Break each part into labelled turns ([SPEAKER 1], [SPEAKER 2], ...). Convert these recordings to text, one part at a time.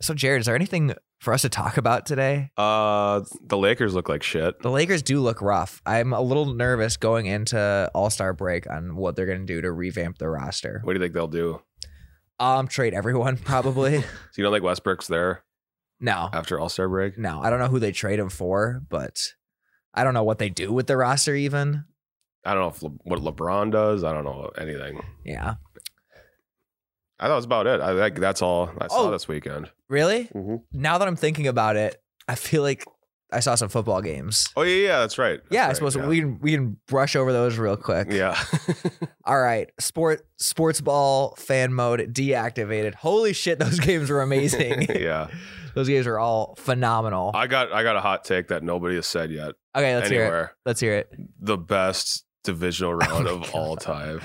[SPEAKER 1] So, Jared, is there anything for us to talk about today?
[SPEAKER 2] Uh, the Lakers look like shit.
[SPEAKER 1] The Lakers do look rough. I'm a little nervous going into All Star break on what they're going to do to revamp the roster.
[SPEAKER 2] What do you think they'll do?
[SPEAKER 1] Um, trade everyone probably.
[SPEAKER 2] So you don't think Westbrook's there
[SPEAKER 1] no,
[SPEAKER 2] after All Star break?
[SPEAKER 1] no, I don't know who they trade him for, but I don't know what they do with the roster even.
[SPEAKER 2] I don't know if Le- what LeBron does. I don't know anything.
[SPEAKER 1] Yeah,
[SPEAKER 2] I thought that's about it. I think that's all I saw
[SPEAKER 1] Oh.
[SPEAKER 2] this weekend.
[SPEAKER 1] really.
[SPEAKER 2] Mhm.
[SPEAKER 1] Now that I'm thinking about it, I feel like I saw some football games.
[SPEAKER 2] Oh yeah, yeah, that's right. That's
[SPEAKER 1] yeah, I
[SPEAKER 2] right,
[SPEAKER 1] suppose
[SPEAKER 2] yeah.
[SPEAKER 1] we can we can brush over those real quick.
[SPEAKER 2] Yeah,
[SPEAKER 1] All right, sport sports ball fan mode deactivated. Holy shit, those games were amazing.
[SPEAKER 2] yeah.
[SPEAKER 1] those games are all phenomenal.
[SPEAKER 2] I got I got a hot take that nobody has said yet
[SPEAKER 1] okay, let's hear it. Oh
[SPEAKER 2] anywhere.
[SPEAKER 1] Let's hear it.
[SPEAKER 2] The best divisional round of all time.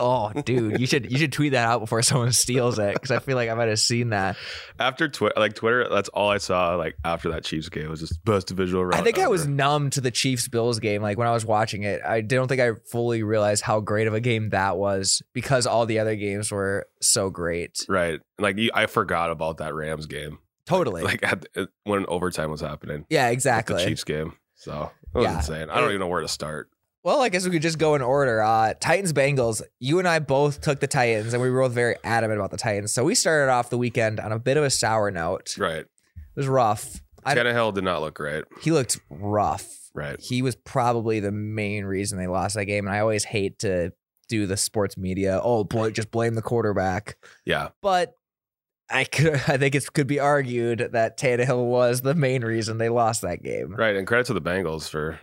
[SPEAKER 1] Oh, dude, you should you should tweet that out before someone steals it because I feel like I might have seen that.
[SPEAKER 2] After Twitter, like Twitter, that's all I saw. Like after that Chiefs game was just best divisional round.
[SPEAKER 1] I think I was
[SPEAKER 2] ever.
[SPEAKER 1] numb to the Chiefs Bills game. Like when I was watching it, I don't think I fully realized how great of a game that was because all the other games were so great.
[SPEAKER 2] right. Like you, I forgot about that Rams game.
[SPEAKER 1] Totally.
[SPEAKER 2] Like at, the- when overtime was happening.
[SPEAKER 1] yeah,
[SPEAKER 2] at
[SPEAKER 1] exactly.
[SPEAKER 2] The Chiefs game. So it was
[SPEAKER 1] Yeah.
[SPEAKER 2] insane. I don't even know where to start.
[SPEAKER 1] Well, I guess we could just go in order. Uh, Titans Bengals. You and I both took the Titans, and we were both very adamant about the Titans. So we started off the weekend on a bit of a sour note. It
[SPEAKER 2] Right.
[SPEAKER 1] was rough. I-
[SPEAKER 2] Tannehill did not look right.
[SPEAKER 1] He looked rough.
[SPEAKER 2] Right.
[SPEAKER 1] He was probably the main reason they lost that game, and I always hate to do the sports media. Oh, boy, just blame the quarterback.
[SPEAKER 2] Yeah.
[SPEAKER 1] But I could, I think it could be argued that Tannehill was the main reason they lost that game.
[SPEAKER 2] Right. And credit to the Bengals for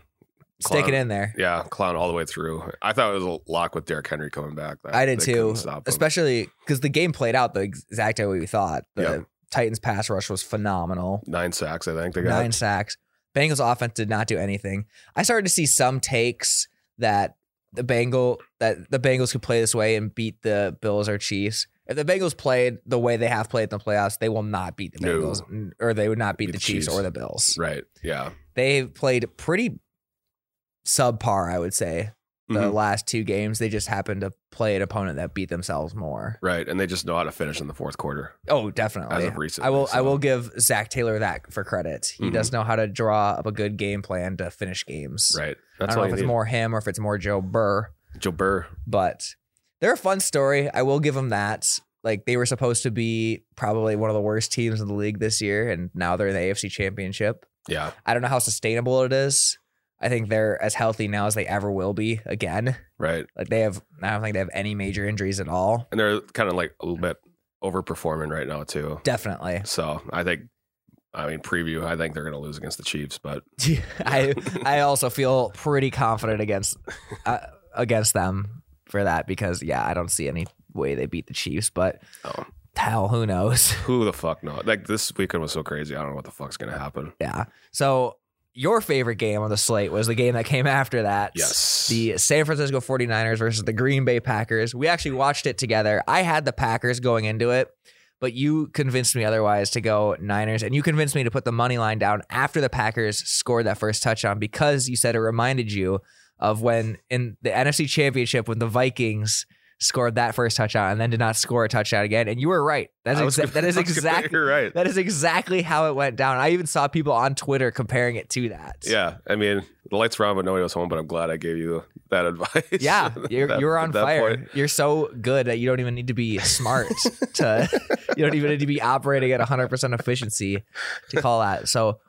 [SPEAKER 1] Stick it
[SPEAKER 2] Clown.
[SPEAKER 1] in there.
[SPEAKER 2] yeah clown all the way through. I thought it was a lock with Derrick Henry coming back. That
[SPEAKER 1] I did
[SPEAKER 2] they couldn't
[SPEAKER 1] too,
[SPEAKER 2] Stop him.
[SPEAKER 1] especially because the game played out the exact way we thought. The
[SPEAKER 2] Yeah.
[SPEAKER 1] Titans pass rush was phenomenal.
[SPEAKER 2] nine sacks. I think they got.
[SPEAKER 1] Nine sacks. Bengals offense did not do anything. I started to see some takes that the Bengal that the Bengals could play this way and beat the Bills or Chiefs. If the Bengals played the way they have played in the playoffs, they will not beat the
[SPEAKER 2] No.
[SPEAKER 1] Bengals n- or they would not beat, the, Chiefs, or the Bills.
[SPEAKER 2] Right. Yeah.
[SPEAKER 1] They played pretty subpar, I would say. The
[SPEAKER 2] Mhm.
[SPEAKER 1] last two games, they just happened to play an opponent that beat themselves more.
[SPEAKER 2] Right. And they just know how to finish in the fourth quarter.
[SPEAKER 1] Oh, definitely.
[SPEAKER 2] As of recently,
[SPEAKER 1] I will. I
[SPEAKER 2] so-
[SPEAKER 1] will give Zach Taylor that for credit. He
[SPEAKER 2] Mhm.
[SPEAKER 1] does know how to draw up a good game plan to finish games. I
[SPEAKER 2] Right.
[SPEAKER 1] don't
[SPEAKER 2] That's
[SPEAKER 1] know
[SPEAKER 2] all
[SPEAKER 1] if
[SPEAKER 2] you
[SPEAKER 1] it's
[SPEAKER 2] need.
[SPEAKER 1] more him or if it's more Joe Burr,
[SPEAKER 2] Joe Burr.
[SPEAKER 1] but they're a fun story. I will give them that. Like they were supposed to be probably one of the worst teams in the league this year, and now they're in the AFC Championship.
[SPEAKER 2] Yeah.
[SPEAKER 1] I don't know how sustainable it is. I think they're as healthy now as they ever will be again.
[SPEAKER 2] Right.
[SPEAKER 1] Like they have, I don't think they have any major injuries at all.
[SPEAKER 2] And they're kind of like a little bit overperforming right now too.
[SPEAKER 1] Definitely.
[SPEAKER 2] So I think. I mean, preview. I think they're going to lose against the Chiefs, but
[SPEAKER 1] I I also feel pretty confident against uh, against them for that because yeah, I don't see any way they beat the Chiefs, but
[SPEAKER 2] Oh.
[SPEAKER 1] hell, who knows?
[SPEAKER 2] who the fuck knows? Like this weekend was so crazy. I don't know what the fuck's going to happen.
[SPEAKER 1] Yeah. So your favorite game on the slate was the game that came after that.
[SPEAKER 2] Yes.
[SPEAKER 1] The San Francisco 49ers versus the Green Bay Packers. We actually watched it together. I had the Packers going into it, but you convinced me otherwise to go Niners. And you convinced me to put the money line down after the Packers scored that first touchdown because you said it reminded you of when in the NFC Championship when the Vikings scored that first touchdown and then did not score a touchdown again. And you were right. That's
[SPEAKER 2] I was
[SPEAKER 1] exa-
[SPEAKER 2] gonna-
[SPEAKER 1] that is
[SPEAKER 2] I was gonna-
[SPEAKER 1] exactly
[SPEAKER 2] You're right.
[SPEAKER 1] that is exactly how it went down. I even saw people on Twitter comparing it to that.
[SPEAKER 2] Yeah, I mean, the lights were on, but nobody was home. But I'm glad I gave you that advice.
[SPEAKER 1] Yeah, you're,
[SPEAKER 2] That-
[SPEAKER 1] you're on
[SPEAKER 2] at that
[SPEAKER 1] fire.
[SPEAKER 2] point.
[SPEAKER 1] You're so good that you don't even need to be smart to you don't even need to be operating at 100% efficiency to call that. So,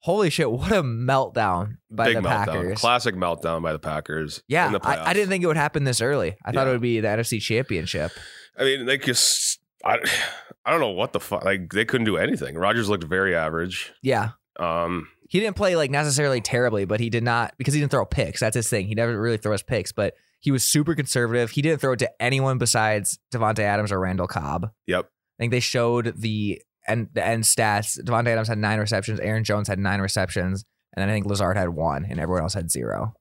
[SPEAKER 1] holy shit, what a meltdown by
[SPEAKER 2] Big
[SPEAKER 1] the
[SPEAKER 2] meltdown,
[SPEAKER 1] Packers.
[SPEAKER 2] classic meltdown by the Packers. in
[SPEAKER 1] yeah,
[SPEAKER 2] the
[SPEAKER 1] I, I
[SPEAKER 2] playoffs.
[SPEAKER 1] didn't think it would happen this early. I thought it
[SPEAKER 2] Yeah.
[SPEAKER 1] would be the NFC Championship.
[SPEAKER 2] I mean, they just. I, I don't know what the fuck. Like they couldn't do anything. Rogers looked very average.
[SPEAKER 1] Yeah.
[SPEAKER 2] Um,
[SPEAKER 1] He didn't play like necessarily terribly, but he did not because he didn't throw picks. That's his thing. He never really throws picks, but he was super conservative. He didn't throw it to anyone besides Devonte Adams or Randall Cobb.
[SPEAKER 2] yep.
[SPEAKER 1] I think they showed the end the end stats. Devontae Adams had nine receptions. Aaron Jones had nine receptions, and then I think Lazard had one, and everyone else had zero.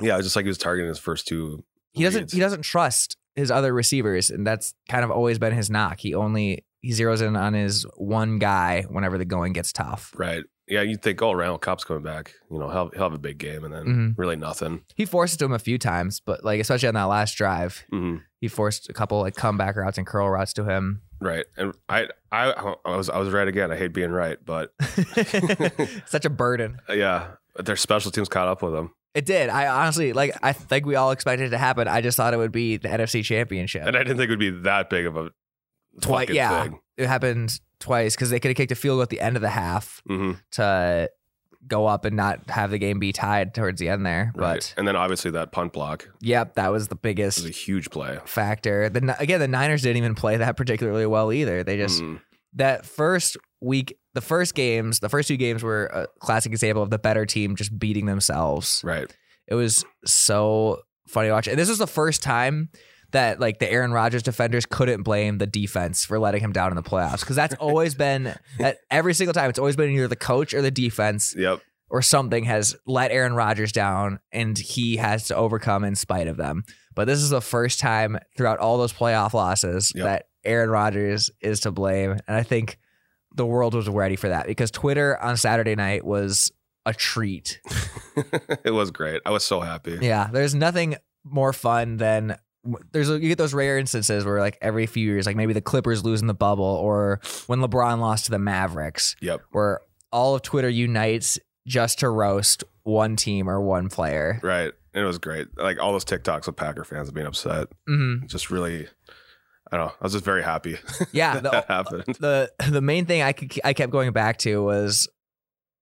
[SPEAKER 2] Yeah, it's just like he was targeting his first two.
[SPEAKER 1] He doesn't
[SPEAKER 2] leads.
[SPEAKER 1] he doesn't trust his other receivers, and that's kind of always been his knock. He only he zeroes in on his one guy whenever the going gets tough.
[SPEAKER 2] Right. Yeah, you think, oh, Randall Cobb's coming back. You know, he'll, he'll have a big game, and then
[SPEAKER 1] Mhm.
[SPEAKER 2] really nothing.
[SPEAKER 1] He forced him a few times, but like especially on that last drive,
[SPEAKER 2] Mhm.
[SPEAKER 1] he forced a couple like comeback routes and curl routes to him.
[SPEAKER 2] Right. And I, I, I was, I was right again. I hate being right, but uh,
[SPEAKER 1] Such a burden.
[SPEAKER 2] yeah, their special teams caught up with them.
[SPEAKER 1] It did. I honestly like. I think we all expected it to happen. I just thought it would be the NFC Championship.
[SPEAKER 2] And I didn't think it would be that big of a
[SPEAKER 1] Twi-
[SPEAKER 2] fucking
[SPEAKER 1] yeah.
[SPEAKER 2] thing.
[SPEAKER 1] it happened twice because they could have kicked a field goal at the end of the half
[SPEAKER 2] hmm
[SPEAKER 1] to go up and not have the game be tied towards the end there. But
[SPEAKER 2] and then obviously that punt block
[SPEAKER 1] yep, that was the
[SPEAKER 2] was a
[SPEAKER 1] biggest
[SPEAKER 2] huge play.
[SPEAKER 1] factor. The Ni- again, the Niners didn't even play that particularly well either. They just
[SPEAKER 2] Mhm.
[SPEAKER 1] that first week, the first games, the first two games were a classic example of the better team just beating themselves.
[SPEAKER 2] Right.
[SPEAKER 1] It was so funny to watch. And this was the first time that like the Aaron Rodgers defenders couldn't blame the defense for letting him down in the playoffs because that's always been at every single time. It's always been either the coach or the defense
[SPEAKER 2] Yep.
[SPEAKER 1] or something has let Aaron Rodgers down and he has to overcome in spite of them. But this is the first time throughout all those playoff losses
[SPEAKER 2] Yep.
[SPEAKER 1] that Aaron Rodgers is to blame. And I think the world was ready for that because Twitter on Saturday night was a treat.
[SPEAKER 2] it was great. I was so happy.
[SPEAKER 1] Yeah, there's nothing more fun than there's you get those rare instances where like every few years, like maybe the Clippers lose in the bubble, or when LeBron lost to the Mavericks.
[SPEAKER 2] Yep.
[SPEAKER 1] where all of Twitter unites just to roast one team or one player.
[SPEAKER 2] Right. And it was great. Like all those TikToks of Packer fans being upset.
[SPEAKER 1] hmm
[SPEAKER 2] Just really, I don't know. I was just very happy
[SPEAKER 1] Yeah, the,
[SPEAKER 2] that happened.
[SPEAKER 1] the the main thing I could, I kept going back to was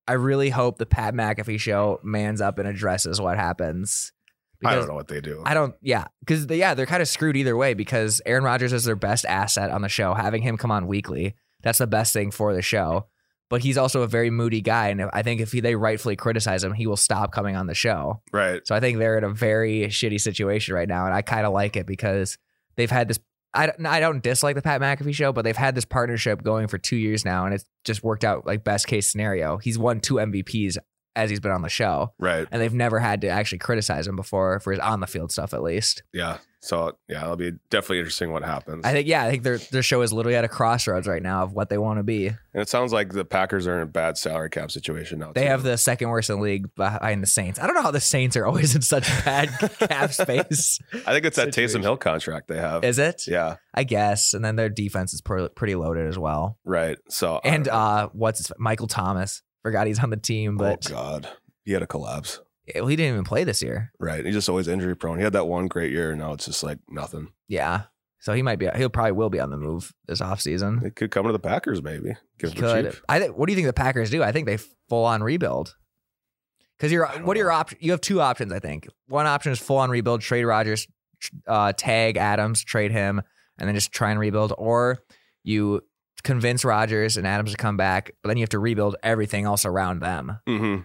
[SPEAKER 1] I really hope the Pat McAfee show mans up and addresses what happens.
[SPEAKER 2] I don't know what they do.
[SPEAKER 1] I don't. Yeah, because they, yeah, they're kind of screwed either way because Aaron Rodgers is their best asset on the show. Having him come on weekly, that's the best thing for the show. But he's also a very moody guy, and I think if he, they rightfully criticize him, he will stop coming on the show.
[SPEAKER 2] right.
[SPEAKER 1] So I think they're in a very shitty situation right now, and I kind of like it because they've had this. I don't, I don't dislike the Pat McAfee show, but they've had this partnership going for two years now, and it's just worked out like best case scenario. He's won two MVPs as he's been on the show
[SPEAKER 2] Right.
[SPEAKER 1] and they've never had to actually criticize him before for his on the field stuff at least.
[SPEAKER 2] Yeah. So yeah, it'll be definitely interesting what happens.
[SPEAKER 1] I think yeah, I think their their show is literally at a crossroads right now of what they want to be.
[SPEAKER 2] and it sounds like the Packers are in a bad salary cap situation now.
[SPEAKER 1] They
[SPEAKER 2] too.
[SPEAKER 1] have the second worst in the league behind the Saints. I don't know how the Saints are always in such bad cap space.
[SPEAKER 2] I think it's that
[SPEAKER 1] situation.
[SPEAKER 2] Taysom Hill contract they have.
[SPEAKER 1] Is it?
[SPEAKER 2] yeah.
[SPEAKER 1] I guess. And then their defense is pr- pretty loaded as well.
[SPEAKER 2] Right. So I
[SPEAKER 1] And
[SPEAKER 2] don't know.
[SPEAKER 1] uh what's his, Michael Thomas? Forgot he's on the team, but
[SPEAKER 2] oh god, he had a collapse.
[SPEAKER 1] he didn't even play this year.
[SPEAKER 2] Right. He's just always injury prone. He had that one great year, and now it's just like nothing.
[SPEAKER 1] Yeah. So he might be he'll probably will be on the move this offseason.
[SPEAKER 2] It could come to the Packers, maybe. Give him
[SPEAKER 1] Hmm. could.
[SPEAKER 2] cheap.
[SPEAKER 1] I think. What do you think the Packers do? I think they full on rebuild. Because you're,
[SPEAKER 2] don't
[SPEAKER 1] what are your
[SPEAKER 2] know.
[SPEAKER 1] options? You have two options, I think. One option is full on rebuild, trade Rogers, uh, tag Adams, trade him, and then just try and rebuild. Or you convince Rogers and Adams to come back, but then you have to rebuild everything else around them.
[SPEAKER 2] Mm-hmm.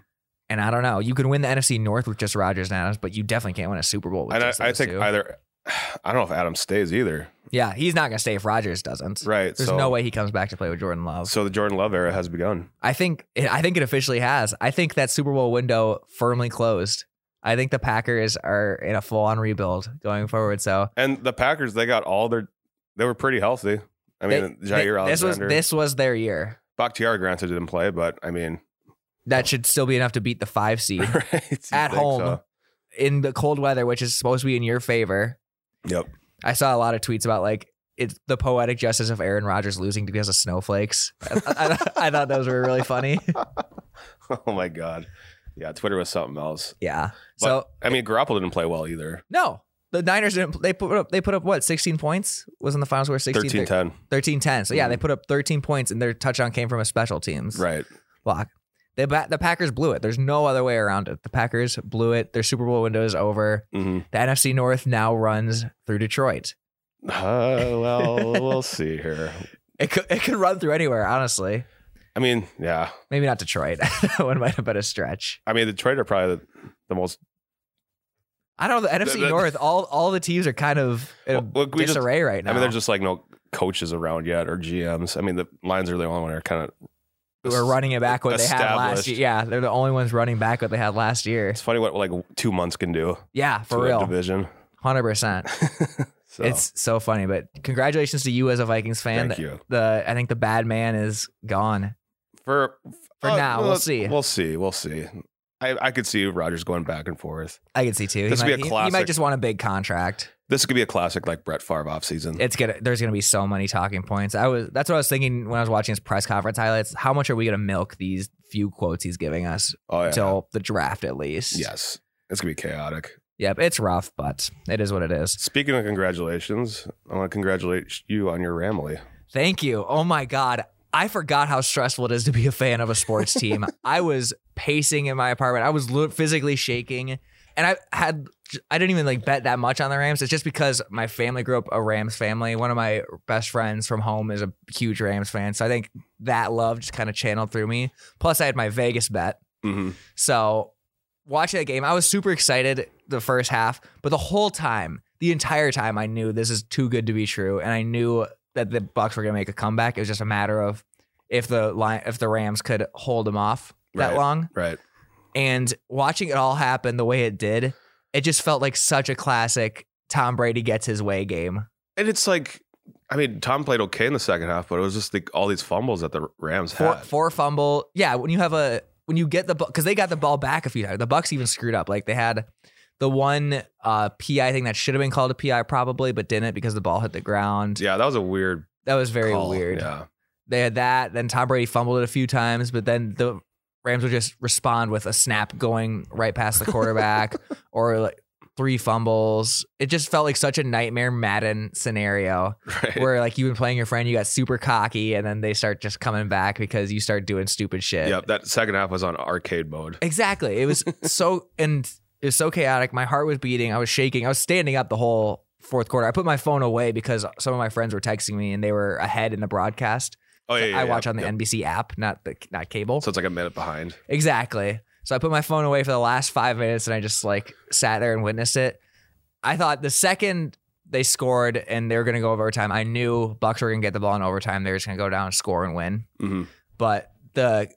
[SPEAKER 1] And I don't know. You can win the NFC North with just Rogers and Adams, but you definitely can't win a Super Bowl with
[SPEAKER 2] And I,
[SPEAKER 1] just
[SPEAKER 2] I
[SPEAKER 1] those
[SPEAKER 2] think
[SPEAKER 1] two.
[SPEAKER 2] either I don't know if Adams stays either.
[SPEAKER 1] yeah, he's not gonna stay if Rogers doesn't.
[SPEAKER 2] Right.
[SPEAKER 1] There's
[SPEAKER 2] so,
[SPEAKER 1] no way he comes back to play with Jordan Love.
[SPEAKER 2] So the Jordan Love era has begun.
[SPEAKER 1] I think I think it officially has. I think that Super Bowl window firmly closed. I think the Packers are in a full on rebuild going forward. So
[SPEAKER 2] And the Packers, they got all their they were pretty healthy. I mean,
[SPEAKER 1] they-
[SPEAKER 2] Jair
[SPEAKER 1] they- this was
[SPEAKER 2] Alexander.
[SPEAKER 1] this was their year.
[SPEAKER 2] Bakhtiari granted didn't play, but I mean
[SPEAKER 1] That should still be enough to beat the five seed
[SPEAKER 2] right, you'd
[SPEAKER 1] At
[SPEAKER 2] think
[SPEAKER 1] home.
[SPEAKER 2] so.
[SPEAKER 1] in the cold weather, which is supposed to be in your favor.
[SPEAKER 2] Yep.
[SPEAKER 1] I saw a lot of tweets about like it's the poetic justice of Aaron Rodgers losing because of snowflakes. I, I- I thought those were really funny.
[SPEAKER 2] Oh my god. Yeah, Twitter was something else.
[SPEAKER 1] Yeah. So
[SPEAKER 2] I mean, Garoppolo didn't play well either.
[SPEAKER 1] no, the Niners didn't. They put up. They put up what sixteen points was in the final score. 16,
[SPEAKER 2] 13 10.
[SPEAKER 1] 13 10. So, yeah, they put up 13 points and their touchdown came from a special teams
[SPEAKER 2] Mm. Right.
[SPEAKER 1] block. They, ba- the Packers blew it. There's no other way around it. The Packers blew it. Their Super Bowl window is over.
[SPEAKER 2] Mm-hmm.
[SPEAKER 1] The NFC North now runs through Detroit.
[SPEAKER 2] Uh, well, we'll see here.
[SPEAKER 1] It could, it could run through anywhere, honestly.
[SPEAKER 2] I mean, yeah.
[SPEAKER 1] Maybe not Detroit. that one might have been a stretch.
[SPEAKER 2] I mean, Detroit are probably the, the most.
[SPEAKER 1] I don't know. The NFC
[SPEAKER 2] the-
[SPEAKER 1] North, all, all the teams are kind of in a
[SPEAKER 2] Well, we just-
[SPEAKER 1] disarray right now.
[SPEAKER 2] I mean, there's just like no coaches around yet or GMs. I mean, the Lions are the only one that are kind of.
[SPEAKER 1] Who are running it back what they had last
[SPEAKER 2] Established.
[SPEAKER 1] year. Yeah, they're the only ones running back what they had last year.
[SPEAKER 2] It's funny what like two months can do
[SPEAKER 1] Yeah, for
[SPEAKER 2] to a
[SPEAKER 1] real.
[SPEAKER 2] division.
[SPEAKER 1] 100%.
[SPEAKER 2] So,
[SPEAKER 1] It's so funny, but congratulations to you as a Vikings fan.
[SPEAKER 2] thank you
[SPEAKER 1] The I think the bad man is gone.
[SPEAKER 2] for
[SPEAKER 1] For now, we'll see.
[SPEAKER 2] Uh, We'll see. We'll see. I, I could see Rogers going back and forth.
[SPEAKER 1] I can see too.
[SPEAKER 2] This
[SPEAKER 1] he
[SPEAKER 2] would
[SPEAKER 1] might, he-
[SPEAKER 2] be a
[SPEAKER 1] He, might
[SPEAKER 2] classic.
[SPEAKER 1] just want a big contract.
[SPEAKER 2] This could be a classic like Brett Favre offseason.
[SPEAKER 1] It's gonna. There's gonna be so many talking points. I was. That's what I was thinking when I was watching his press conference highlights. How much are we gonna milk these few quotes he's giving us
[SPEAKER 2] oh yeah.
[SPEAKER 1] until the draft at least?
[SPEAKER 2] yes. It's gonna be chaotic.
[SPEAKER 1] Yep. It's rough, but it is what it is.
[SPEAKER 2] Speaking of congratulations, I want to congratulate you on your Ramley.
[SPEAKER 1] Thank you. Oh my God. I forgot how stressful it is to be a fan of a sports team. I was pacing in my apartment. I was lo- physically shaking. And I had, I didn't even like bet that much on the Rams. It's just because my family grew up a Rams family. One of my best friends from home is a huge Rams fan. So I think that love just kind of channeled through me. Plus, I had my Vegas bet.
[SPEAKER 2] Mm-hmm.
[SPEAKER 1] So watching that game, I was super excited the first half, but the whole time, the entire time, I knew this is too good to be true, and I knew that the Bucks were going to make a comeback. It was just a matter of if the line, if the Rams could hold them off that
[SPEAKER 2] Right.
[SPEAKER 1] long.
[SPEAKER 2] Right.
[SPEAKER 1] And watching it all happen the way it did, it just felt like such a classic Tom Brady gets his way game.
[SPEAKER 2] And it's like, I mean, Tom played okay in the second half, but it was just like all these fumbles that the Rams
[SPEAKER 1] Four,
[SPEAKER 2] had.
[SPEAKER 1] four fumble. Yeah, when you have a when you get the because they got the ball back a few times. The Bucks even screwed up. Like they had the one uh, PI thing that should have been called a PI probably, but didn't because the ball hit the ground.
[SPEAKER 2] Yeah, that was a weird,
[SPEAKER 1] That was very
[SPEAKER 2] call.
[SPEAKER 1] weird.
[SPEAKER 2] Yeah,
[SPEAKER 1] They had that. Then Tom Brady fumbled it a few times, but then the Rams would just respond with a snap going right past the quarterback or like three fumbles. It just felt like such a nightmare Madden scenario
[SPEAKER 2] right.
[SPEAKER 1] where like you've been playing your friend, you got super cocky, and then they start just coming back because you start doing stupid shit.
[SPEAKER 2] Yep, that second half was on arcade mode.
[SPEAKER 1] Exactly. It was so and it was so chaotic. My heart was beating. I was shaking. I was standing up the whole fourth quarter. I put my phone away because some of my friends were texting me and they were ahead in the broadcast.
[SPEAKER 2] Oh yeah, yeah
[SPEAKER 1] I
[SPEAKER 2] yeah,
[SPEAKER 1] watch on the
[SPEAKER 2] yep.
[SPEAKER 1] NBC app, not the not cable.
[SPEAKER 2] So it's like a minute behind.
[SPEAKER 1] exactly. So I put my phone away for the last five minutes and I just like sat there and witnessed it. I thought the second they scored and they were gonna go over overtime, I knew Bucks were gonna get the ball in overtime. They were just gonna go down and score and win
[SPEAKER 2] hmm
[SPEAKER 1] but the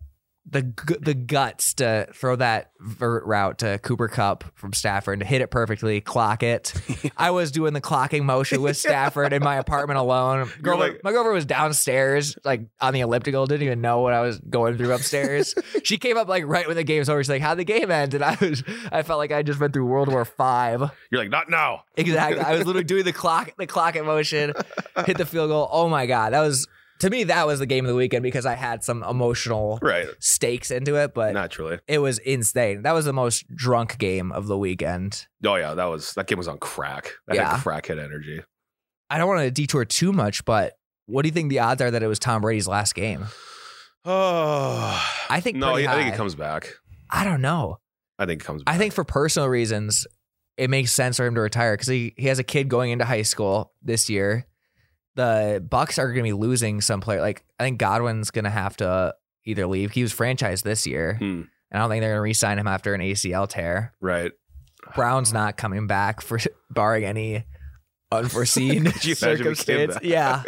[SPEAKER 1] the gu- the guts to throw that vert route to Cooper Cup from Stafford to hit it perfectly, clock it. I was doing the clocking motion with Stafford in my apartment alone.
[SPEAKER 2] You're
[SPEAKER 1] Girlfriend,
[SPEAKER 2] like-
[SPEAKER 1] my girlfriend was downstairs, like on the elliptical, didn't even know what I was going through upstairs. she came up like right when the game's over. She's like, "How would the game end?" And I was, I felt like I just went through World War Five.
[SPEAKER 2] You're like, not now.
[SPEAKER 1] Exactly. I was literally doing the clock, the clock in motion, hit the field goal. Oh my god, that was to me that was the game of the weekend because I had some emotional
[SPEAKER 2] Right.
[SPEAKER 1] stakes into it, but
[SPEAKER 2] Naturally.
[SPEAKER 1] it was insane. That was the most drunk game of the weekend.
[SPEAKER 2] Oh yeah, that was that game was on crack. That
[SPEAKER 1] Yeah.
[SPEAKER 2] had crack hit energy.
[SPEAKER 1] I don't want to detour too much, but what do you think the odds are that it was Tom Brady's last game?
[SPEAKER 2] Oh,
[SPEAKER 1] I think
[SPEAKER 2] no,
[SPEAKER 1] pretty
[SPEAKER 2] I think
[SPEAKER 1] high.
[SPEAKER 2] it comes back.
[SPEAKER 1] I don't know.
[SPEAKER 2] I think it comes back.
[SPEAKER 1] I think for personal reasons, it makes sense for him to retire because he, he has a kid going into high school this year. The Bucks are going to be losing some player. Like I think Godwin's going to have to either leave. He was franchised this year,
[SPEAKER 2] Hmm.
[SPEAKER 1] and I don't think they're going to re-sign him after an ACL tear.
[SPEAKER 2] right.
[SPEAKER 1] Brown's
[SPEAKER 2] Oh.
[SPEAKER 1] not coming back for barring any unforeseen
[SPEAKER 2] Could you imagine if he came
[SPEAKER 1] circumstance.
[SPEAKER 2] back?
[SPEAKER 1] Yeah.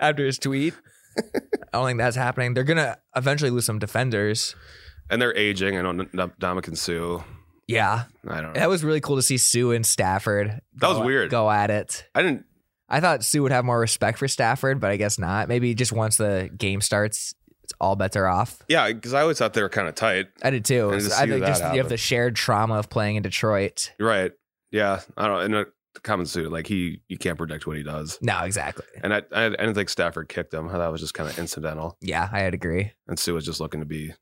[SPEAKER 1] After his tweet. I don't think that's happening. They're gonna eventually lose some defenders.
[SPEAKER 2] And they're aging. I know Dominican Sue.
[SPEAKER 1] Yeah.
[SPEAKER 2] I don't know.
[SPEAKER 1] That was really cool to see Sue and Stafford.
[SPEAKER 2] That was
[SPEAKER 1] go-
[SPEAKER 2] weird.
[SPEAKER 1] Go at it.
[SPEAKER 2] I didn't.
[SPEAKER 1] I thought Sue would have more respect for Stafford, but I guess not. Maybe just once the game starts, it's all bets are off.
[SPEAKER 2] Yeah, because I always thought they were kind of tight.
[SPEAKER 1] I did too.
[SPEAKER 2] And to
[SPEAKER 1] I
[SPEAKER 2] see
[SPEAKER 1] think
[SPEAKER 2] that
[SPEAKER 1] just you have
[SPEAKER 2] happen.
[SPEAKER 1] the shared trauma of playing in Detroit.
[SPEAKER 2] You're right. Yeah. I don't. know. And uh, common Sue, like he, you can't predict what he does.
[SPEAKER 1] No, exactly.
[SPEAKER 2] And I, I, I didn't think Stafford kicked him. I thought it was just kind of incidental.
[SPEAKER 1] Yeah, I'd agree.
[SPEAKER 2] And Sue was just looking to be.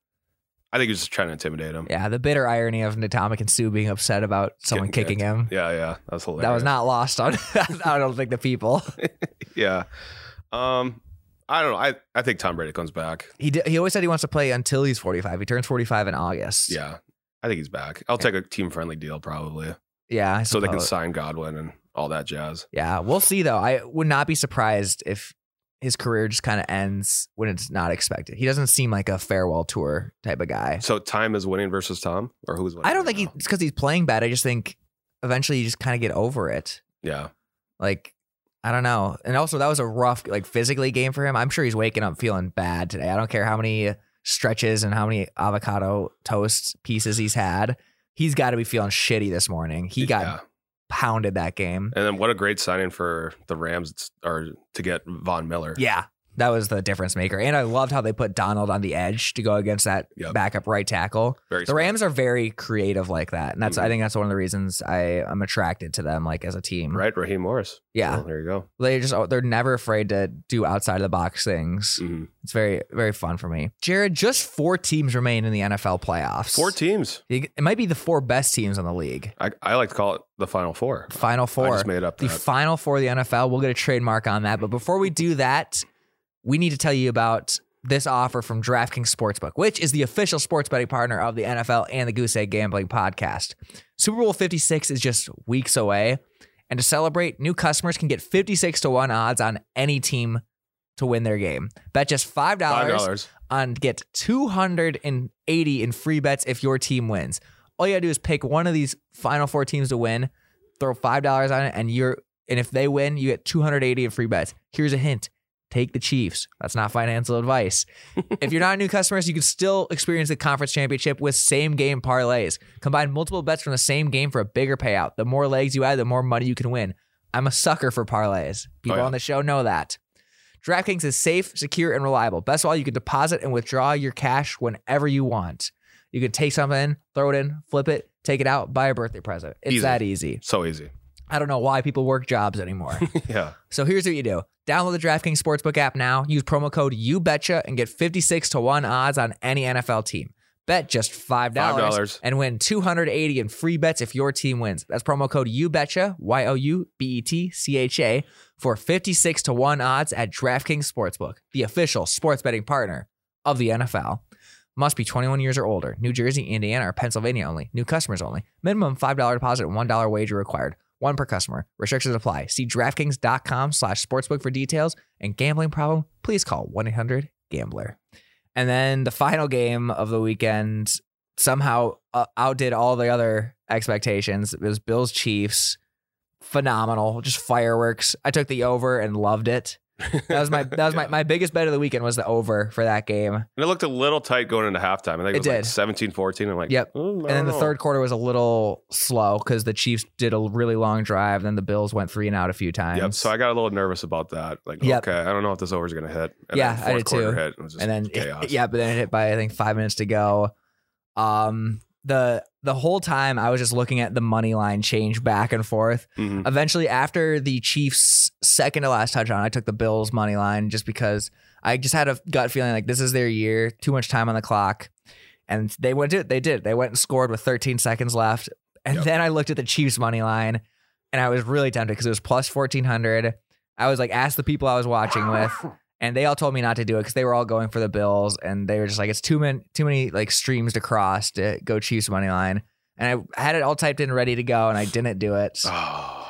[SPEAKER 2] I think he was just trying to intimidate him.
[SPEAKER 1] Yeah, the bitter irony of Natomic and Sue being upset about someone
[SPEAKER 2] Getting
[SPEAKER 1] kicking him.
[SPEAKER 2] Yeah, yeah. That was hilarious.
[SPEAKER 1] That was not lost on, I don't think, the people.
[SPEAKER 2] Yeah. Um. I don't know. I, I think Tom Brady comes back.
[SPEAKER 1] He did, he always said he wants to play until he's 45. He turns 45 in August.
[SPEAKER 2] Yeah. I think he's back. I'll take a team friendly deal probably.
[SPEAKER 1] Yeah. I
[SPEAKER 2] So they can
[SPEAKER 1] suppose.
[SPEAKER 2] sign Godwin and all that jazz.
[SPEAKER 1] Yeah. We'll see, though. I would not be surprised if his career just kind of ends when it's not expected. He doesn't seem like a farewell tour type of guy.
[SPEAKER 2] So time is winning versus Tom, or who's winning?
[SPEAKER 1] I don't
[SPEAKER 2] right
[SPEAKER 1] think he,
[SPEAKER 2] now?
[SPEAKER 1] it's because he's playing bad. I just think eventually you just kind of get over it.
[SPEAKER 2] Yeah.
[SPEAKER 1] Like, I don't know. And also, that was a rough, like, physically game for him. I'm sure he's waking up feeling bad today. I don't care how many stretches and how many avocado toast pieces he's had. He's got to be feeling shitty this morning. He got
[SPEAKER 2] Yeah.
[SPEAKER 1] pounded that game.
[SPEAKER 2] And then what a great signing for the Rams or to get Von Miller.
[SPEAKER 1] Yeah. That was the difference maker. And I loved how they put Donald on the edge to go against that
[SPEAKER 2] Yep.
[SPEAKER 1] backup right tackle.
[SPEAKER 2] Very
[SPEAKER 1] The
[SPEAKER 2] smart.
[SPEAKER 1] Rams are very creative like that. And that's I
[SPEAKER 2] Mhm.
[SPEAKER 1] think that's one of the reasons I am attracted to them like as a team.
[SPEAKER 2] right? Raheem Morris.
[SPEAKER 1] Yeah.
[SPEAKER 2] Well, there you go.
[SPEAKER 1] They just oh, they're never afraid to do outside of the box things.
[SPEAKER 2] Mhm.
[SPEAKER 1] It's very very fun for me. Jared, just four teams remain in the NFL playoffs.
[SPEAKER 2] Four teams.
[SPEAKER 1] It might be the four best teams in the league.
[SPEAKER 2] I, I like to call it the Final Four.
[SPEAKER 1] Final
[SPEAKER 2] I
[SPEAKER 1] four.
[SPEAKER 2] just made up
[SPEAKER 1] the
[SPEAKER 2] that.
[SPEAKER 1] final four of the NFL. We'll get a trademark on that. But before we do that, we need to tell you about this offer from DraftKings Sportsbook, which is the official sports betting partner of the NFL and the Goose Egg Gambling Podcast. Super Bowl 56 is just weeks away. And to celebrate, new customers can get 56 to 1 odds on any team to win their game. Bet just $5,
[SPEAKER 2] Five dollars.
[SPEAKER 1] and get 280 in free bets if your team wins. All you gotta do is pick one of these final four teams to win, throw five dollars on it, and you're and if they win, you get 280 in free bets. Here's a hint. Take the Chiefs. That's not financial advice. if you're not a new customer, you can still experience the conference championship with same game parlays. Combine multiple bets from the same game for a bigger payout. The more legs you add, the more money you can win. I'm a sucker for parlays. People
[SPEAKER 2] yeah.
[SPEAKER 1] on the show know that. DraftKings is safe, secure, and reliable. Best of all, you can deposit and withdraw your cash whenever you want. You can take something, throw it in, flip it, take it out, buy a birthday present. It's
[SPEAKER 2] Easy.
[SPEAKER 1] that easy.
[SPEAKER 2] So easy.
[SPEAKER 1] I don't know why people work jobs anymore.
[SPEAKER 2] Yeah.
[SPEAKER 1] so here's what you do. Download the DraftKings Sportsbook app now. Use promo code YouBetcha and get 56 to 1 odds on any NFL team. Bet just $5,
[SPEAKER 2] Five dollars.
[SPEAKER 1] and win 280 in free bets if your team wins. That's promo code YouBetcha, Y O U B E T C H A, for 56 to 1 odds at DraftKings Sportsbook, the official sports betting partner of the NFL. Must be 21 years or older. New Jersey, Indiana, or Pennsylvania only. New customers only. Minimum $5 deposit and $1 wager required. One per customer. Restrictions apply. See DraftKings.com slash sportsbook for details. And gambling problem, please call 1-800-GAMBLER. And then the final game of the weekend somehow uh, outdid all the other expectations. It was Bills Chiefs. Phenomenal. Just fireworks. I took the over and loved it. That was my that was my,
[SPEAKER 2] Yeah.
[SPEAKER 1] my biggest bet of the weekend was the over for that game.
[SPEAKER 2] And it looked a little tight going into halftime. I think it,
[SPEAKER 1] It
[SPEAKER 2] was like
[SPEAKER 1] did.
[SPEAKER 2] 17 14. I'm like, "Oh,
[SPEAKER 1] Yep.
[SPEAKER 2] "Ooh, I don't
[SPEAKER 1] And then the
[SPEAKER 2] know."
[SPEAKER 1] third quarter was a little slow because the Chiefs did a really long drive. Then the Bills went three and out a few times.
[SPEAKER 2] Yep. So I got a little nervous about that. Like,
[SPEAKER 1] Yep.
[SPEAKER 2] okay, I don't know if this over's going to hit. And
[SPEAKER 1] Yeah,
[SPEAKER 2] then
[SPEAKER 1] I
[SPEAKER 2] fourth
[SPEAKER 1] did
[SPEAKER 2] quarter
[SPEAKER 1] too.
[SPEAKER 2] Hit, and it was just
[SPEAKER 1] and then
[SPEAKER 2] chaos.
[SPEAKER 1] yeah, but then it hit by I think five minutes to go. Um, the the whole time I was just looking at the money line change back and forth.
[SPEAKER 2] Mhm.
[SPEAKER 1] Eventually, after the Chiefs' second to last touchdown, I took the Bills money line just because I just had a gut feeling like this is their year. Too much time on the clock, and they went to it. They did. They went and scored with 13 seconds left. And
[SPEAKER 2] Yep.
[SPEAKER 1] then I looked at the Chiefs money line, and I was really tempted because it was plus 1400. I was like, asked the people I was watching with, and they all told me not to do it because they were all going for the Bills, and they were just like, it's too many, too many like streams to cross to go Chiefs money line. And I had it all typed in, ready to go, and I didn't do it.
[SPEAKER 2] Oh,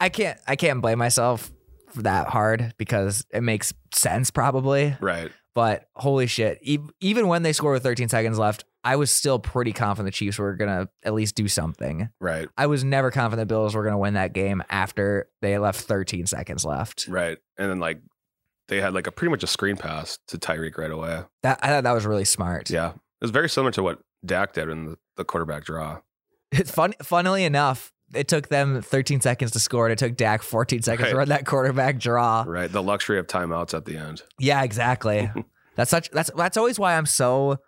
[SPEAKER 1] I can't I can't blame myself for that hard because it makes sense probably.
[SPEAKER 2] right.
[SPEAKER 1] But holy shit, e- even when they scored with 13 seconds left, I was still pretty confident the Chiefs were going to at least do something.
[SPEAKER 2] Right.
[SPEAKER 1] I was never confident the Bills were going to win that game after they left 13 seconds left.
[SPEAKER 2] Right. And then, like, they had like a pretty much a screen pass to Tyreek right away.
[SPEAKER 1] That I thought that was really smart.
[SPEAKER 2] Yeah. It was very similar to what Dak did in the, the quarterback draw.
[SPEAKER 1] Fun, funnily enough, it took them 13 seconds to score and it took Dak 14 seconds to
[SPEAKER 2] Right.
[SPEAKER 1] run that quarterback draw.
[SPEAKER 2] Right. The luxury of timeouts at the end.
[SPEAKER 1] Yeah, exactly. that's such that's that's always why I'm so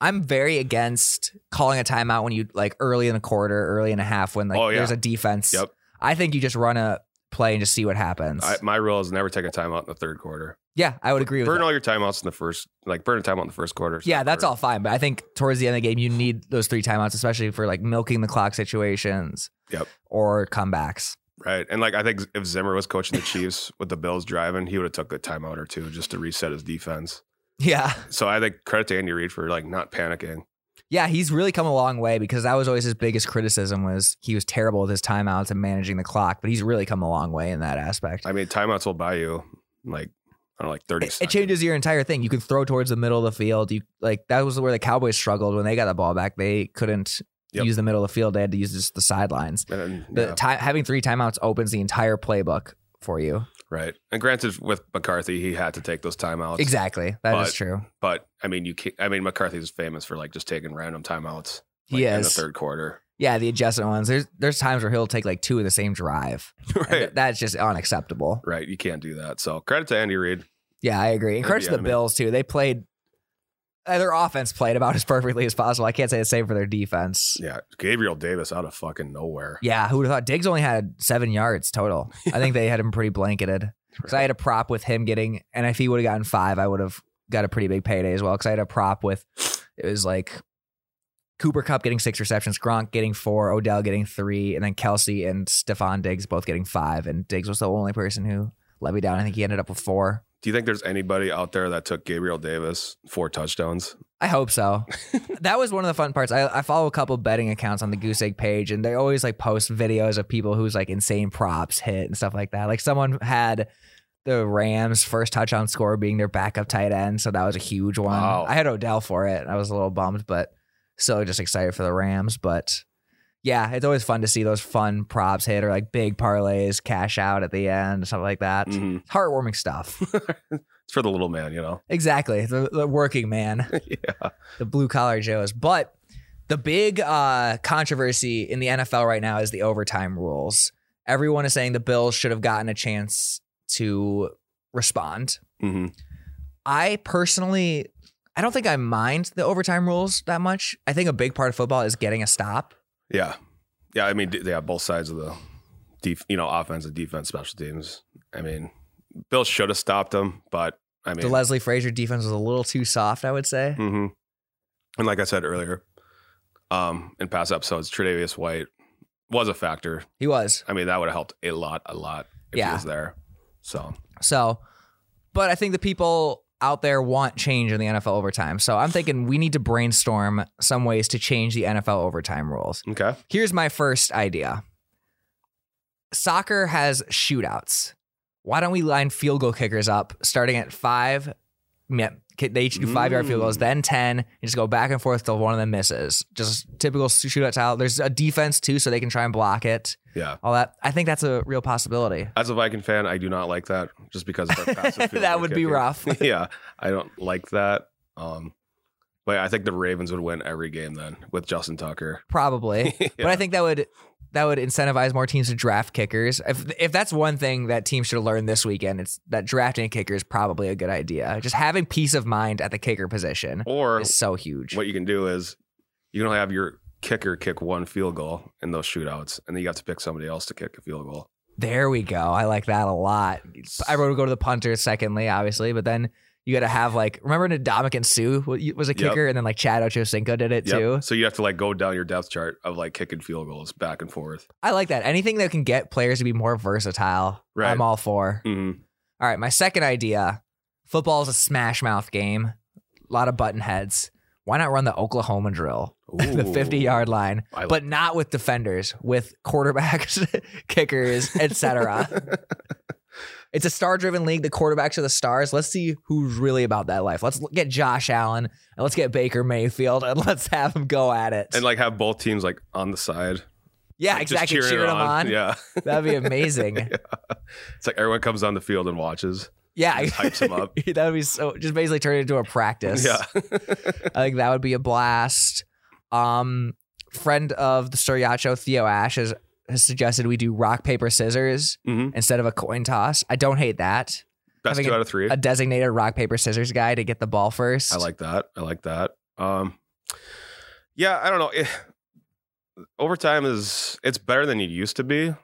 [SPEAKER 1] I'm very against calling a timeout when you like early in the quarter, early in a half when like
[SPEAKER 2] Oh, yeah.
[SPEAKER 1] there's a defense.
[SPEAKER 2] Yep.
[SPEAKER 1] I think you just run a play and just see what happens.
[SPEAKER 2] I, my rule is never take a timeout in the third quarter.
[SPEAKER 1] yeah, I would agree with
[SPEAKER 2] Burn
[SPEAKER 1] that.
[SPEAKER 2] all your timeouts in the first, like burn a timeout in the first quarter.
[SPEAKER 1] Yeah, that's
[SPEAKER 2] all.
[SPEAKER 1] all fine, but I think towards the end of the game you need those three timeouts, especially for like milking the clock situations.
[SPEAKER 2] Yep.
[SPEAKER 1] Or comebacks.
[SPEAKER 2] Right. And like I think if Zimmer was coaching the Chiefs with the Bills driving, he would have took a timeout or two just to reset his defense.
[SPEAKER 1] Yeah.
[SPEAKER 2] So I think credit to Andy Reid for like not panicking.
[SPEAKER 1] Yeah, he's really come a long way because that was always his biggest criticism was he was terrible with his timeouts and managing the clock, but he's really come a long way in that aspect.
[SPEAKER 2] I mean, timeouts will buy you like I don't know, like thirty
[SPEAKER 1] it, it
[SPEAKER 2] seconds.
[SPEAKER 1] changes your entire thing. You can throw towards the middle of the field. You like that was where the Cowboys struggled when they got the ball back. They couldn't
[SPEAKER 2] Yep.
[SPEAKER 1] use the middle of the field. They had to use just the sidelines.
[SPEAKER 2] And then,
[SPEAKER 1] The
[SPEAKER 2] yeah,
[SPEAKER 1] ti- having three timeouts opens the entire playbook for you.
[SPEAKER 2] right. And granted with McCarthy, he had to take those timeouts.
[SPEAKER 1] exactly. That is
[SPEAKER 2] but-
[SPEAKER 1] true.
[SPEAKER 2] But I mean you can't I mean McCarthy's famous for like just taking random timeouts like,
[SPEAKER 1] He
[SPEAKER 2] in the
[SPEAKER 1] is.
[SPEAKER 2] third quarter.
[SPEAKER 1] yeah, the adjustment ones. There's there's times where he'll take like two in the same drive. And th-
[SPEAKER 2] right.
[SPEAKER 1] that's just unacceptable.
[SPEAKER 2] Right. You can't do that. So credit to Andy Reid.
[SPEAKER 1] Yeah, I agree. And
[SPEAKER 2] They'd
[SPEAKER 1] credit
[SPEAKER 2] be
[SPEAKER 1] to the
[SPEAKER 2] on it.
[SPEAKER 1] Bills too. They played uh, their offense played about as perfectly as possible. I can't say the same for their defense.
[SPEAKER 2] Yeah, Gabriel Davis out of fucking nowhere.
[SPEAKER 1] Yeah, who would have thought Diggs only had seven yards total? I think they had him pretty blanketed. Because I had a prop with him getting, and if he would have gotten five, I would have got a pretty big payday as well. Because I had a prop with, it was like Cooper Cup getting six receptions, Gronk getting four, Odell getting three, and then Kelsey and Stephon Diggs both getting five. And Diggs was the only person who let me down. I think he ended up with four.
[SPEAKER 2] Do you think there's anybody out there that took Gabriel Davis four touchdowns?
[SPEAKER 1] I hope so. that was one of the fun parts. I, I follow a couple betting accounts on the Goose Egg page, and they always like post videos of people who's like insane props hit and stuff like that. Like someone had the Rams' first touchdown score being their backup tight end, so that was a huge one.
[SPEAKER 2] Wow.
[SPEAKER 1] I had Odell for it. and I was a little bummed, but still just excited for the Rams. But yeah, it's always fun to see those fun props hit or like big parlays cash out at the end, stuff like that.
[SPEAKER 2] Mhm.
[SPEAKER 1] Heartwarming stuff.
[SPEAKER 2] It's for the little man, you know.
[SPEAKER 1] exactly, the, the working man
[SPEAKER 2] yeah,
[SPEAKER 1] the blue collar Joes. But the big uh, controversy in the NFL right now is the overtime rules. Everyone is saying the Bills should have gotten a chance to respond.
[SPEAKER 2] hmm
[SPEAKER 1] I personally, I don't think I mind the overtime rules that much. I think a big part of football is getting a stop.
[SPEAKER 2] yeah, yeah. I mean, d- yeah, both sides of the, def- you know, offense and defense, special teams. I mean, Bill should have stopped him, but I mean,
[SPEAKER 1] The Leslie Frazier defense was a little too soft, I would say.
[SPEAKER 2] hmm And like I said earlier, um, in past episodes, Tre'Davious White was a factor.
[SPEAKER 1] He was.
[SPEAKER 2] I mean, that would have helped a lot, a lot if
[SPEAKER 1] Yeah.
[SPEAKER 2] he was there. So
[SPEAKER 1] So, but I think the people out there want change in the NFL overtime. So I'm thinking we need to brainstorm some ways to change the NFL overtime rules.
[SPEAKER 2] okay,
[SPEAKER 1] Here's my first idea soccer has shootouts. Why don't we line field goal kickers up starting at five? Yeah, ki- they each do five yard field goals,
[SPEAKER 2] Mm.
[SPEAKER 1] then 10, and just go back and forth till one of them misses. Just typical shootout style. There's a defense too, so they can try and block it.
[SPEAKER 2] yeah.
[SPEAKER 1] All that. I think that's a real possibility.
[SPEAKER 2] As a Viking fan, I do not like that just because of our passive field
[SPEAKER 1] that
[SPEAKER 2] goal
[SPEAKER 1] would be
[SPEAKER 2] kicking.
[SPEAKER 1] rough.
[SPEAKER 2] yeah, I don't like that. Um, but I think the Ravens would win every game then with Justin Tucker.
[SPEAKER 1] Probably. But
[SPEAKER 2] Yeah.
[SPEAKER 1] I think that would that would incentivize more teams to draft kickers. If if that's one thing that teams should learn this weekend, it's that drafting a kicker is probably a good idea. Just having peace of mind at the kicker position
[SPEAKER 2] or
[SPEAKER 1] is so huge.
[SPEAKER 2] what you can do is you can only have your kicker kick one field goal in those shootouts, and then you have to pick somebody else to kick a field goal.
[SPEAKER 1] There we go. I like that a lot. I would go to the punter secondly, obviously, but then you got to have like remember Ndamukong and Sue was a
[SPEAKER 2] Yep.
[SPEAKER 1] kicker, and then like Chad Ochocinco did it
[SPEAKER 2] Yep.
[SPEAKER 1] too.
[SPEAKER 2] So you have to like go down your depth chart of like kicking field goals back and forth.
[SPEAKER 1] I like that. Anything that can get players to be more versatile,
[SPEAKER 2] Right.
[SPEAKER 1] I'm all for.
[SPEAKER 2] Mm-hmm.
[SPEAKER 1] All right, my second idea. Football is a smash mouth game. A lot of button heads. Why not run the Oklahoma drill? the 50 yard line,
[SPEAKER 2] I like
[SPEAKER 1] but not with defenders, with quarterbacks, kickers, etc. it's a star driven league. The quarterbacks are the stars. Let's see who's really about that life. Let's l- get Josh Allen and let's get Baker Mayfield and let's have them go at it.
[SPEAKER 2] and like have both teams like on the side.
[SPEAKER 1] yeah,
[SPEAKER 2] Like, just
[SPEAKER 1] exactly. Cheering, them on.
[SPEAKER 2] Yeah.
[SPEAKER 1] That'd be amazing.
[SPEAKER 2] It's like everyone comes on the field and watches.
[SPEAKER 1] yeah.
[SPEAKER 2] Just hypes 'em up.
[SPEAKER 1] That'd be so just basically turn it into a practice.
[SPEAKER 2] Yeah.
[SPEAKER 1] I think that would be a blast. Um, friend of the Storiacho, Theo Ash, has, has suggested we do rock, paper, scissors
[SPEAKER 2] hmm
[SPEAKER 1] instead of a coin toss. I don't hate that.
[SPEAKER 2] Best
[SPEAKER 1] Having
[SPEAKER 2] two out of three.
[SPEAKER 1] A designated rock, paper, scissors guy to get the ball first.
[SPEAKER 2] I like that. I like that. Um, yeah, I don't know. It, overtime is it's better than it used to be,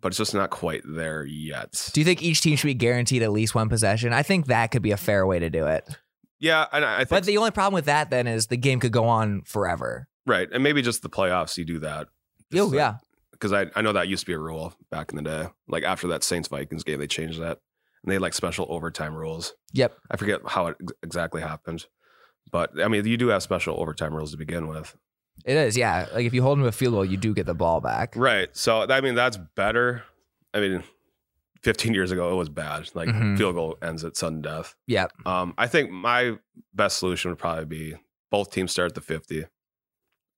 [SPEAKER 2] but it's just not quite there yet.
[SPEAKER 1] Do you think each team should be guaranteed at least one possession? I think that could be a fair way to do it.
[SPEAKER 2] yeah, and I I think
[SPEAKER 1] But the only problem with that then is the game could go on forever.
[SPEAKER 2] right, and maybe just the playoffs you do that.
[SPEAKER 1] Oh, yeah.
[SPEAKER 2] because I I know that used to be a rule back in the day. Like after that Saints Vikings game, they changed that and they had like special overtime rules.
[SPEAKER 1] Yep.
[SPEAKER 2] I forget how it ex- exactly happened, but I mean you do have special overtime rules to begin with,
[SPEAKER 1] It is. Yeah. Like if you hold them to a field goal, you do get the ball back.
[SPEAKER 2] right? So I mean that's better. I mean, 15 years ago it was bad. Like
[SPEAKER 1] Mhm.
[SPEAKER 2] field goal ends at sudden death.
[SPEAKER 1] Yep.
[SPEAKER 2] Um, I think my best solution would probably be both teams start at the 50,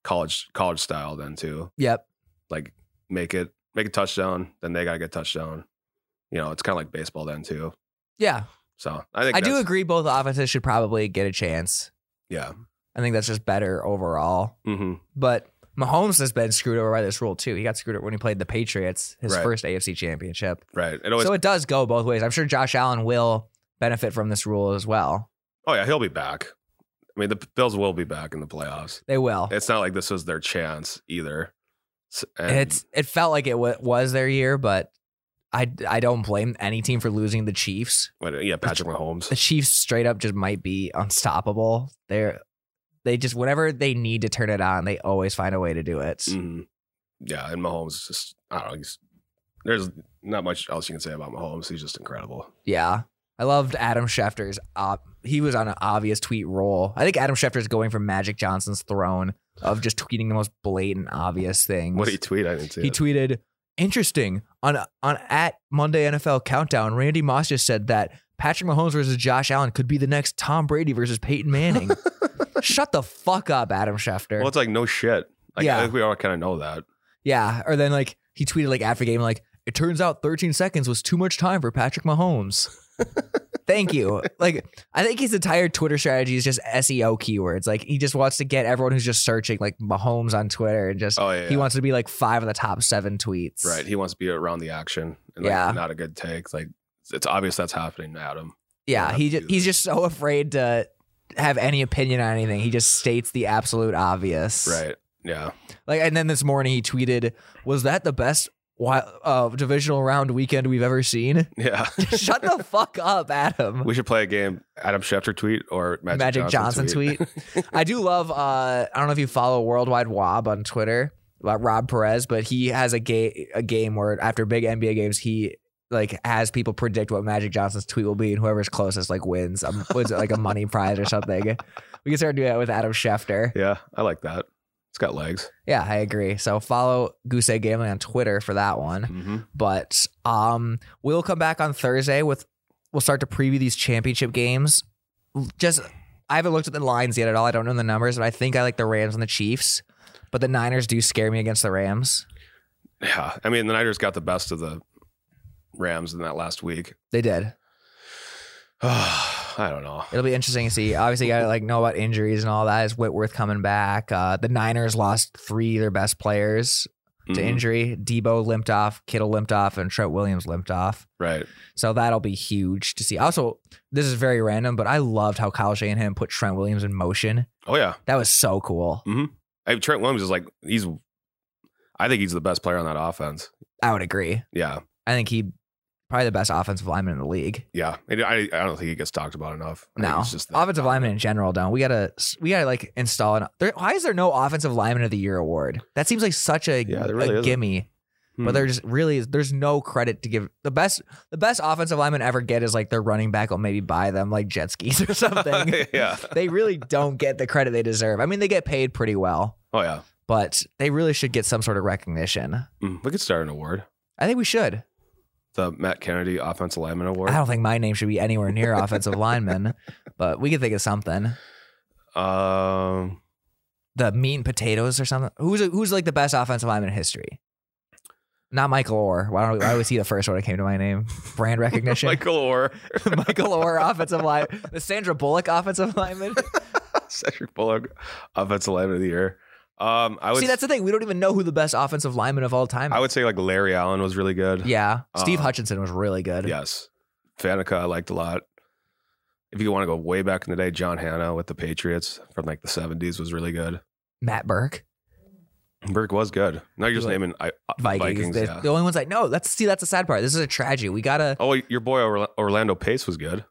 [SPEAKER 2] college college style then too.
[SPEAKER 1] Yep.
[SPEAKER 2] like make it make a touchdown, then they gotta get a touchdown. You know, it's kind of like baseball then too.
[SPEAKER 1] Yeah.
[SPEAKER 2] So I think
[SPEAKER 1] I do
[SPEAKER 2] that's-
[SPEAKER 1] agree both offenses should probably get a chance.
[SPEAKER 2] Yeah.
[SPEAKER 1] I think that's just better overall.
[SPEAKER 2] hmm
[SPEAKER 1] But Mahomes has been screwed over by this rule too. He got screwed over when he played the Patriots, his
[SPEAKER 2] Right.
[SPEAKER 1] first AFC championship.
[SPEAKER 2] Right. It always
[SPEAKER 1] so it does go both ways. I'm sure Josh Allen will benefit from this rule as well.
[SPEAKER 2] Oh yeah, he'll be back. I mean, the Bills will be back in the playoffs.
[SPEAKER 1] They will.
[SPEAKER 2] It's not like this was their chance either. S- and-
[SPEAKER 1] It's it felt like it w- was their year, but I I don't blame any team for losing the Chiefs.
[SPEAKER 2] Wait, uh, yeah, Patrick Mahomes.
[SPEAKER 1] The Chiefs straight up just might be unstoppable. They're they just whenever they need to turn it on, they always find a way to do it.
[SPEAKER 2] Mhm. Yeah, and Mahomes is just I don't know. He's, there's not much else you can say about Mahomes. He's just incredible.
[SPEAKER 1] Yeah. I loved Adam Schefter's op. He was on an obvious tweet roll. I think Adam Schefter's going for Magic Johnson's throne of just tweeting the most blatant, obvious things.
[SPEAKER 2] What did he tweet? I didn't see
[SPEAKER 1] He
[SPEAKER 2] it.
[SPEAKER 1] tweeted, "Interesting on on at Monday NFL Countdown, Randy Moss just said that Patrick Mahomes versus Josh Allen could be the next Tom Brady versus Peyton Manning." Shut the fuck up, Adam Schefter.
[SPEAKER 2] well, it's like no shit. Like,
[SPEAKER 1] Yeah.
[SPEAKER 2] I think we all kind of know that.
[SPEAKER 1] yeah, or then like he tweeted like after game like it turns out 13 seconds was too much time for Patrick Mahomes. Thank you. Like I think his entire Twitter strategy is just SEO keywords. Like he just wants to get everyone who's just searching like Mahomes on Twitter and just
[SPEAKER 2] Oh yeah,
[SPEAKER 1] he wants to be like five of the top 7 tweets.
[SPEAKER 2] right. He wants to be around the action and like,
[SPEAKER 1] Yeah.
[SPEAKER 2] not a good take. Like it's obvious that's happening, to Adam.
[SPEAKER 1] Yeah,
[SPEAKER 2] Yeah,
[SPEAKER 1] he
[SPEAKER 2] do
[SPEAKER 1] just, he's
[SPEAKER 2] that.
[SPEAKER 1] just so afraid to have any opinion on anything. He just states the absolute obvious.
[SPEAKER 2] Right. Yeah.
[SPEAKER 1] Like, and then this morning he tweeted, "Was that the best wi- uh, divisional round weekend we've ever seen?"
[SPEAKER 2] Yeah.
[SPEAKER 1] Shut the fuck up, Adam.
[SPEAKER 2] we should play a game. Adam Schefter tweet or Magic,
[SPEAKER 1] Magic
[SPEAKER 2] Johnson,
[SPEAKER 1] Johnson
[SPEAKER 2] tweet.
[SPEAKER 1] I do love. Uh, I don't know if you follow Worldwide Wob on Twitter, about Rob Perez, but he has a game a game where after big NBA games he. Like has people predict what Magic Johnson's tweet will be, and whoever's closest like wins, um, wins like a money prize or something. We can start doing that with Adam Schefter.
[SPEAKER 2] yeah, I like that. It's got legs.
[SPEAKER 1] Yeah, I agree. So follow Goose Egg Gambling on Twitter for that one.
[SPEAKER 2] Mm-hmm.
[SPEAKER 1] But um, we'll come back on Thursday with we'll start to preview these championship games. Just I haven't looked at the lines yet at all. I don't know the numbers, but I think I like the Rams and the Chiefs. But the Niners do scare me against the Rams.
[SPEAKER 2] Yeah. I mean, the Niners got the best of the Rams in that last week.
[SPEAKER 1] They did.
[SPEAKER 2] I don't know.
[SPEAKER 1] It'll be interesting to see. Obviously, you gotta like know about injuries and all that. Is Whitworth coming back? Uh, the Niners lost three of their best players to
[SPEAKER 2] Mhm.
[SPEAKER 1] injury. Debo limped off, Kittle limped off, and Trent Williams limped off.
[SPEAKER 2] Right.
[SPEAKER 1] So that'll be huge to see. Also, this is very random, but I loved how Kyle Shanahan put Trent Williams in motion.
[SPEAKER 2] Oh yeah.
[SPEAKER 1] That was so cool.
[SPEAKER 2] I mean, Trent Williams is like he's. I think he's the best player on that offense.
[SPEAKER 1] I would agree.
[SPEAKER 2] Yeah.
[SPEAKER 1] I think he probably the best offensive lineman in the league.
[SPEAKER 2] Yeah. I, I I don't think he gets talked about enough. I think
[SPEAKER 1] No,
[SPEAKER 2] It's just that-
[SPEAKER 1] offensive lineman in general. Don't we gotta we gotta like install an? There, why is there no offensive lineman of the year award? That seems like such a,
[SPEAKER 2] Yeah, there really
[SPEAKER 1] a
[SPEAKER 2] isn't.
[SPEAKER 1] gimme.
[SPEAKER 2] Hmm.
[SPEAKER 1] But there's just really there's no credit to give the best the best offensive lineman ever get is like their running back will maybe buy them like jet skis or something.
[SPEAKER 2] yeah.
[SPEAKER 1] they really don't get the credit they deserve. I mean, they get paid pretty well,
[SPEAKER 2] Oh yeah.
[SPEAKER 1] but they really should get some sort of recognition.
[SPEAKER 2] Mm, We could start an award.
[SPEAKER 1] I think we should.
[SPEAKER 2] The Matt Kennedy Offensive Lineman Award.
[SPEAKER 1] I don't think my name should be anywhere near offensive lineman, but we could think of something.
[SPEAKER 2] Um,
[SPEAKER 1] The meat and potatoes or something. Who's who's like the best offensive lineman in history? Not Michael Orr. Why don't we, why was he the first one that came to my name? Brand recognition.
[SPEAKER 2] Michael Orr,
[SPEAKER 1] Michael Orr, offensive line. The Sandra Bullock offensive lineman.
[SPEAKER 2] Cedric Bullock, Offensive Lineman of the Year. Um, I would
[SPEAKER 1] See, that's the thing. We don't even know who the best offensive lineman of all time.
[SPEAKER 2] I would say like Larry Allen was really good.
[SPEAKER 1] yeah, Steve
[SPEAKER 2] Uh,
[SPEAKER 1] Hutchinson was really good.
[SPEAKER 2] Yes. Faneca, I liked a lot. If you want to go way back in the day, John Hanna with the Patriots from like the 70s was really good.
[SPEAKER 1] Matt Burke.
[SPEAKER 2] Burke was good. Now you're just
[SPEAKER 1] Like,
[SPEAKER 2] naming I, uh,
[SPEAKER 1] Vikings.
[SPEAKER 2] Vikings.
[SPEAKER 1] They're
[SPEAKER 2] yeah.
[SPEAKER 1] The only ones I know. That's see, that's the sad part. This is a tragedy. We gotta.
[SPEAKER 2] Oh, your boy Orla- Orlando Pace was good.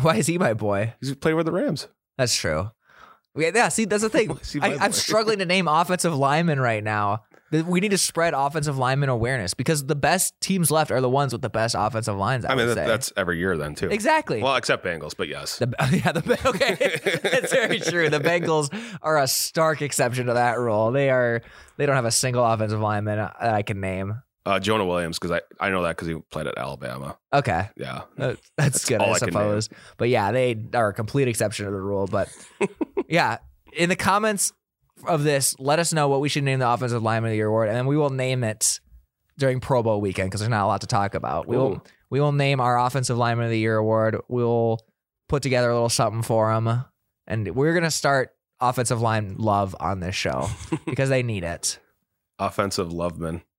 [SPEAKER 1] Why is he my boy?
[SPEAKER 2] He's played with the Rams.
[SPEAKER 1] That's true. Yeah, yeah. See, that's the thing.
[SPEAKER 2] Is he my
[SPEAKER 1] I, I'm
[SPEAKER 2] boy?
[SPEAKER 1] struggling to name offensive linemen right now. Th- We need to spread offensive lineman awareness because the best teams left are the ones with the best offensive lines. I,
[SPEAKER 2] I mean,
[SPEAKER 1] would
[SPEAKER 2] that,
[SPEAKER 1] say.
[SPEAKER 2] that's every year then, too.
[SPEAKER 1] exactly.
[SPEAKER 2] Well, except Bengals, but yes.
[SPEAKER 1] The, yeah, the okay. that's very true. The Bengals are a stark exception to that rule. They are. They don't have a single offensive lineman that I can name.
[SPEAKER 2] Uh, Jonah Williams, because I, I know that because he played at Alabama.
[SPEAKER 1] Okay.
[SPEAKER 2] Yeah.
[SPEAKER 1] Uh, that's good, I
[SPEAKER 2] all I can name.
[SPEAKER 1] suppose. But yeah, they are a complete exception to the rule. But yeah, in the comments of this, let us know what we should name the offensive lineman of the year award, and then we will name it during Pro Bowl weekend because there's not a lot to talk about. We will
[SPEAKER 2] Ooh.
[SPEAKER 1] we will name our offensive lineman of the year award. We'll put together a little something for him, and we're gonna start offensive line love on this show because they need it.
[SPEAKER 2] Offensive Loveman.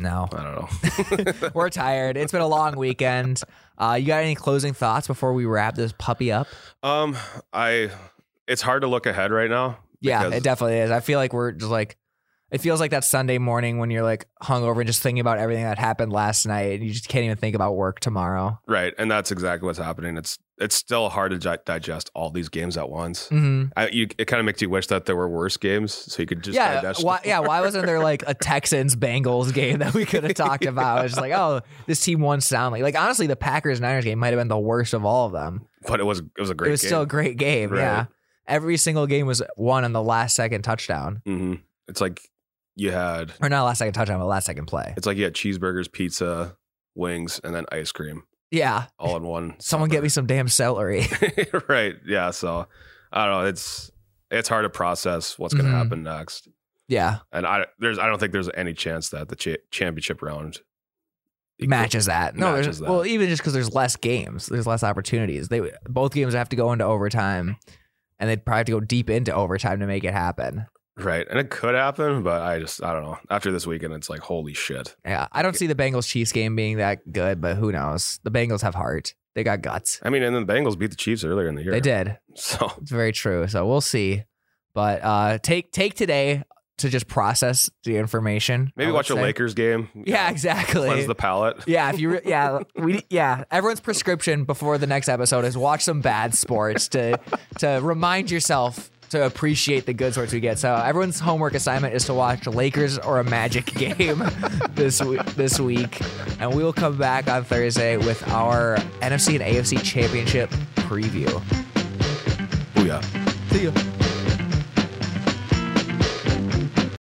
[SPEAKER 1] No,
[SPEAKER 2] I don't know.
[SPEAKER 1] we're tired. It's been a long weekend. Uh, you got any closing thoughts before we wrap this puppy up?
[SPEAKER 2] um, I it's hard to look ahead right now.
[SPEAKER 1] Yeah,
[SPEAKER 2] because-
[SPEAKER 1] it definitely is. I feel like we're just like, it feels like that Sunday morning when you're like hungover and just thinking about everything that happened last night, and you just can't even think about work tomorrow.
[SPEAKER 2] Right, and that's exactly what's happening. It's it's still hard to gi- digest all these games at once.
[SPEAKER 1] hmm
[SPEAKER 2] I, you, it kind of makes you wish that there were worse games so you could just
[SPEAKER 1] Yeah, uh,
[SPEAKER 2] digest.
[SPEAKER 1] why, yeah. Why wasn't there like a Texans Bengals game that we could have talked about? It's just like, oh, this team won soundly. Like honestly, the Packers Niners game might have been the worst of all of them.
[SPEAKER 2] But it was it was a great.
[SPEAKER 1] it was
[SPEAKER 2] game.
[SPEAKER 1] still a great game.
[SPEAKER 2] Right.
[SPEAKER 1] Yeah, every single game was won on the last second touchdown,
[SPEAKER 2] hmm It's like you had
[SPEAKER 1] or not last second touchdown, but last second play.
[SPEAKER 2] it's like you had cheeseburgers, pizza, wings, and then ice cream
[SPEAKER 1] Yeah,
[SPEAKER 2] all in one.
[SPEAKER 1] someone get me some damn celery.
[SPEAKER 2] supper. right. Yeah. So I don't know. It's it's hard to process what's going to
[SPEAKER 1] Mhm.
[SPEAKER 2] happen next,
[SPEAKER 1] yeah,
[SPEAKER 2] and I there's I don't think there's any chance that the cha- championship round equal-
[SPEAKER 1] matches that. No,
[SPEAKER 2] matches
[SPEAKER 1] there's
[SPEAKER 2] that.
[SPEAKER 1] well, even just because there's less games, there's less opportunities. They both games have to go into overtime, and they'd probably have to go deep into overtime to make it happen.
[SPEAKER 2] Right, and it could happen, but I just I don't know. After this weekend, it's like holy shit.
[SPEAKER 1] Yeah, I don't see the Bengals Chiefs game being that good, but who knows? The Bengals have heart; they got guts.
[SPEAKER 2] I mean, and then the Bengals beat the Chiefs earlier in the year.
[SPEAKER 1] They did.
[SPEAKER 2] So
[SPEAKER 1] It's very true. So we'll see. But uh, take take today to just process the information.
[SPEAKER 2] maybe
[SPEAKER 1] I would
[SPEAKER 2] watch a
[SPEAKER 1] say.
[SPEAKER 2] Lakers game. you
[SPEAKER 1] Yeah,
[SPEAKER 2] know,
[SPEAKER 1] exactly.
[SPEAKER 2] Cleanse the palate.
[SPEAKER 1] Yeah, if you re- yeah we yeah everyone's prescription before the next episode is watch some bad sports to to remind yourself to appreciate the good sports we get. So everyone's homework assignment is to watch Lakers or a Magic game this we- this week, and we will come back on Thursday with our NFC and AFC championship preview.
[SPEAKER 2] Booyah.
[SPEAKER 1] See you.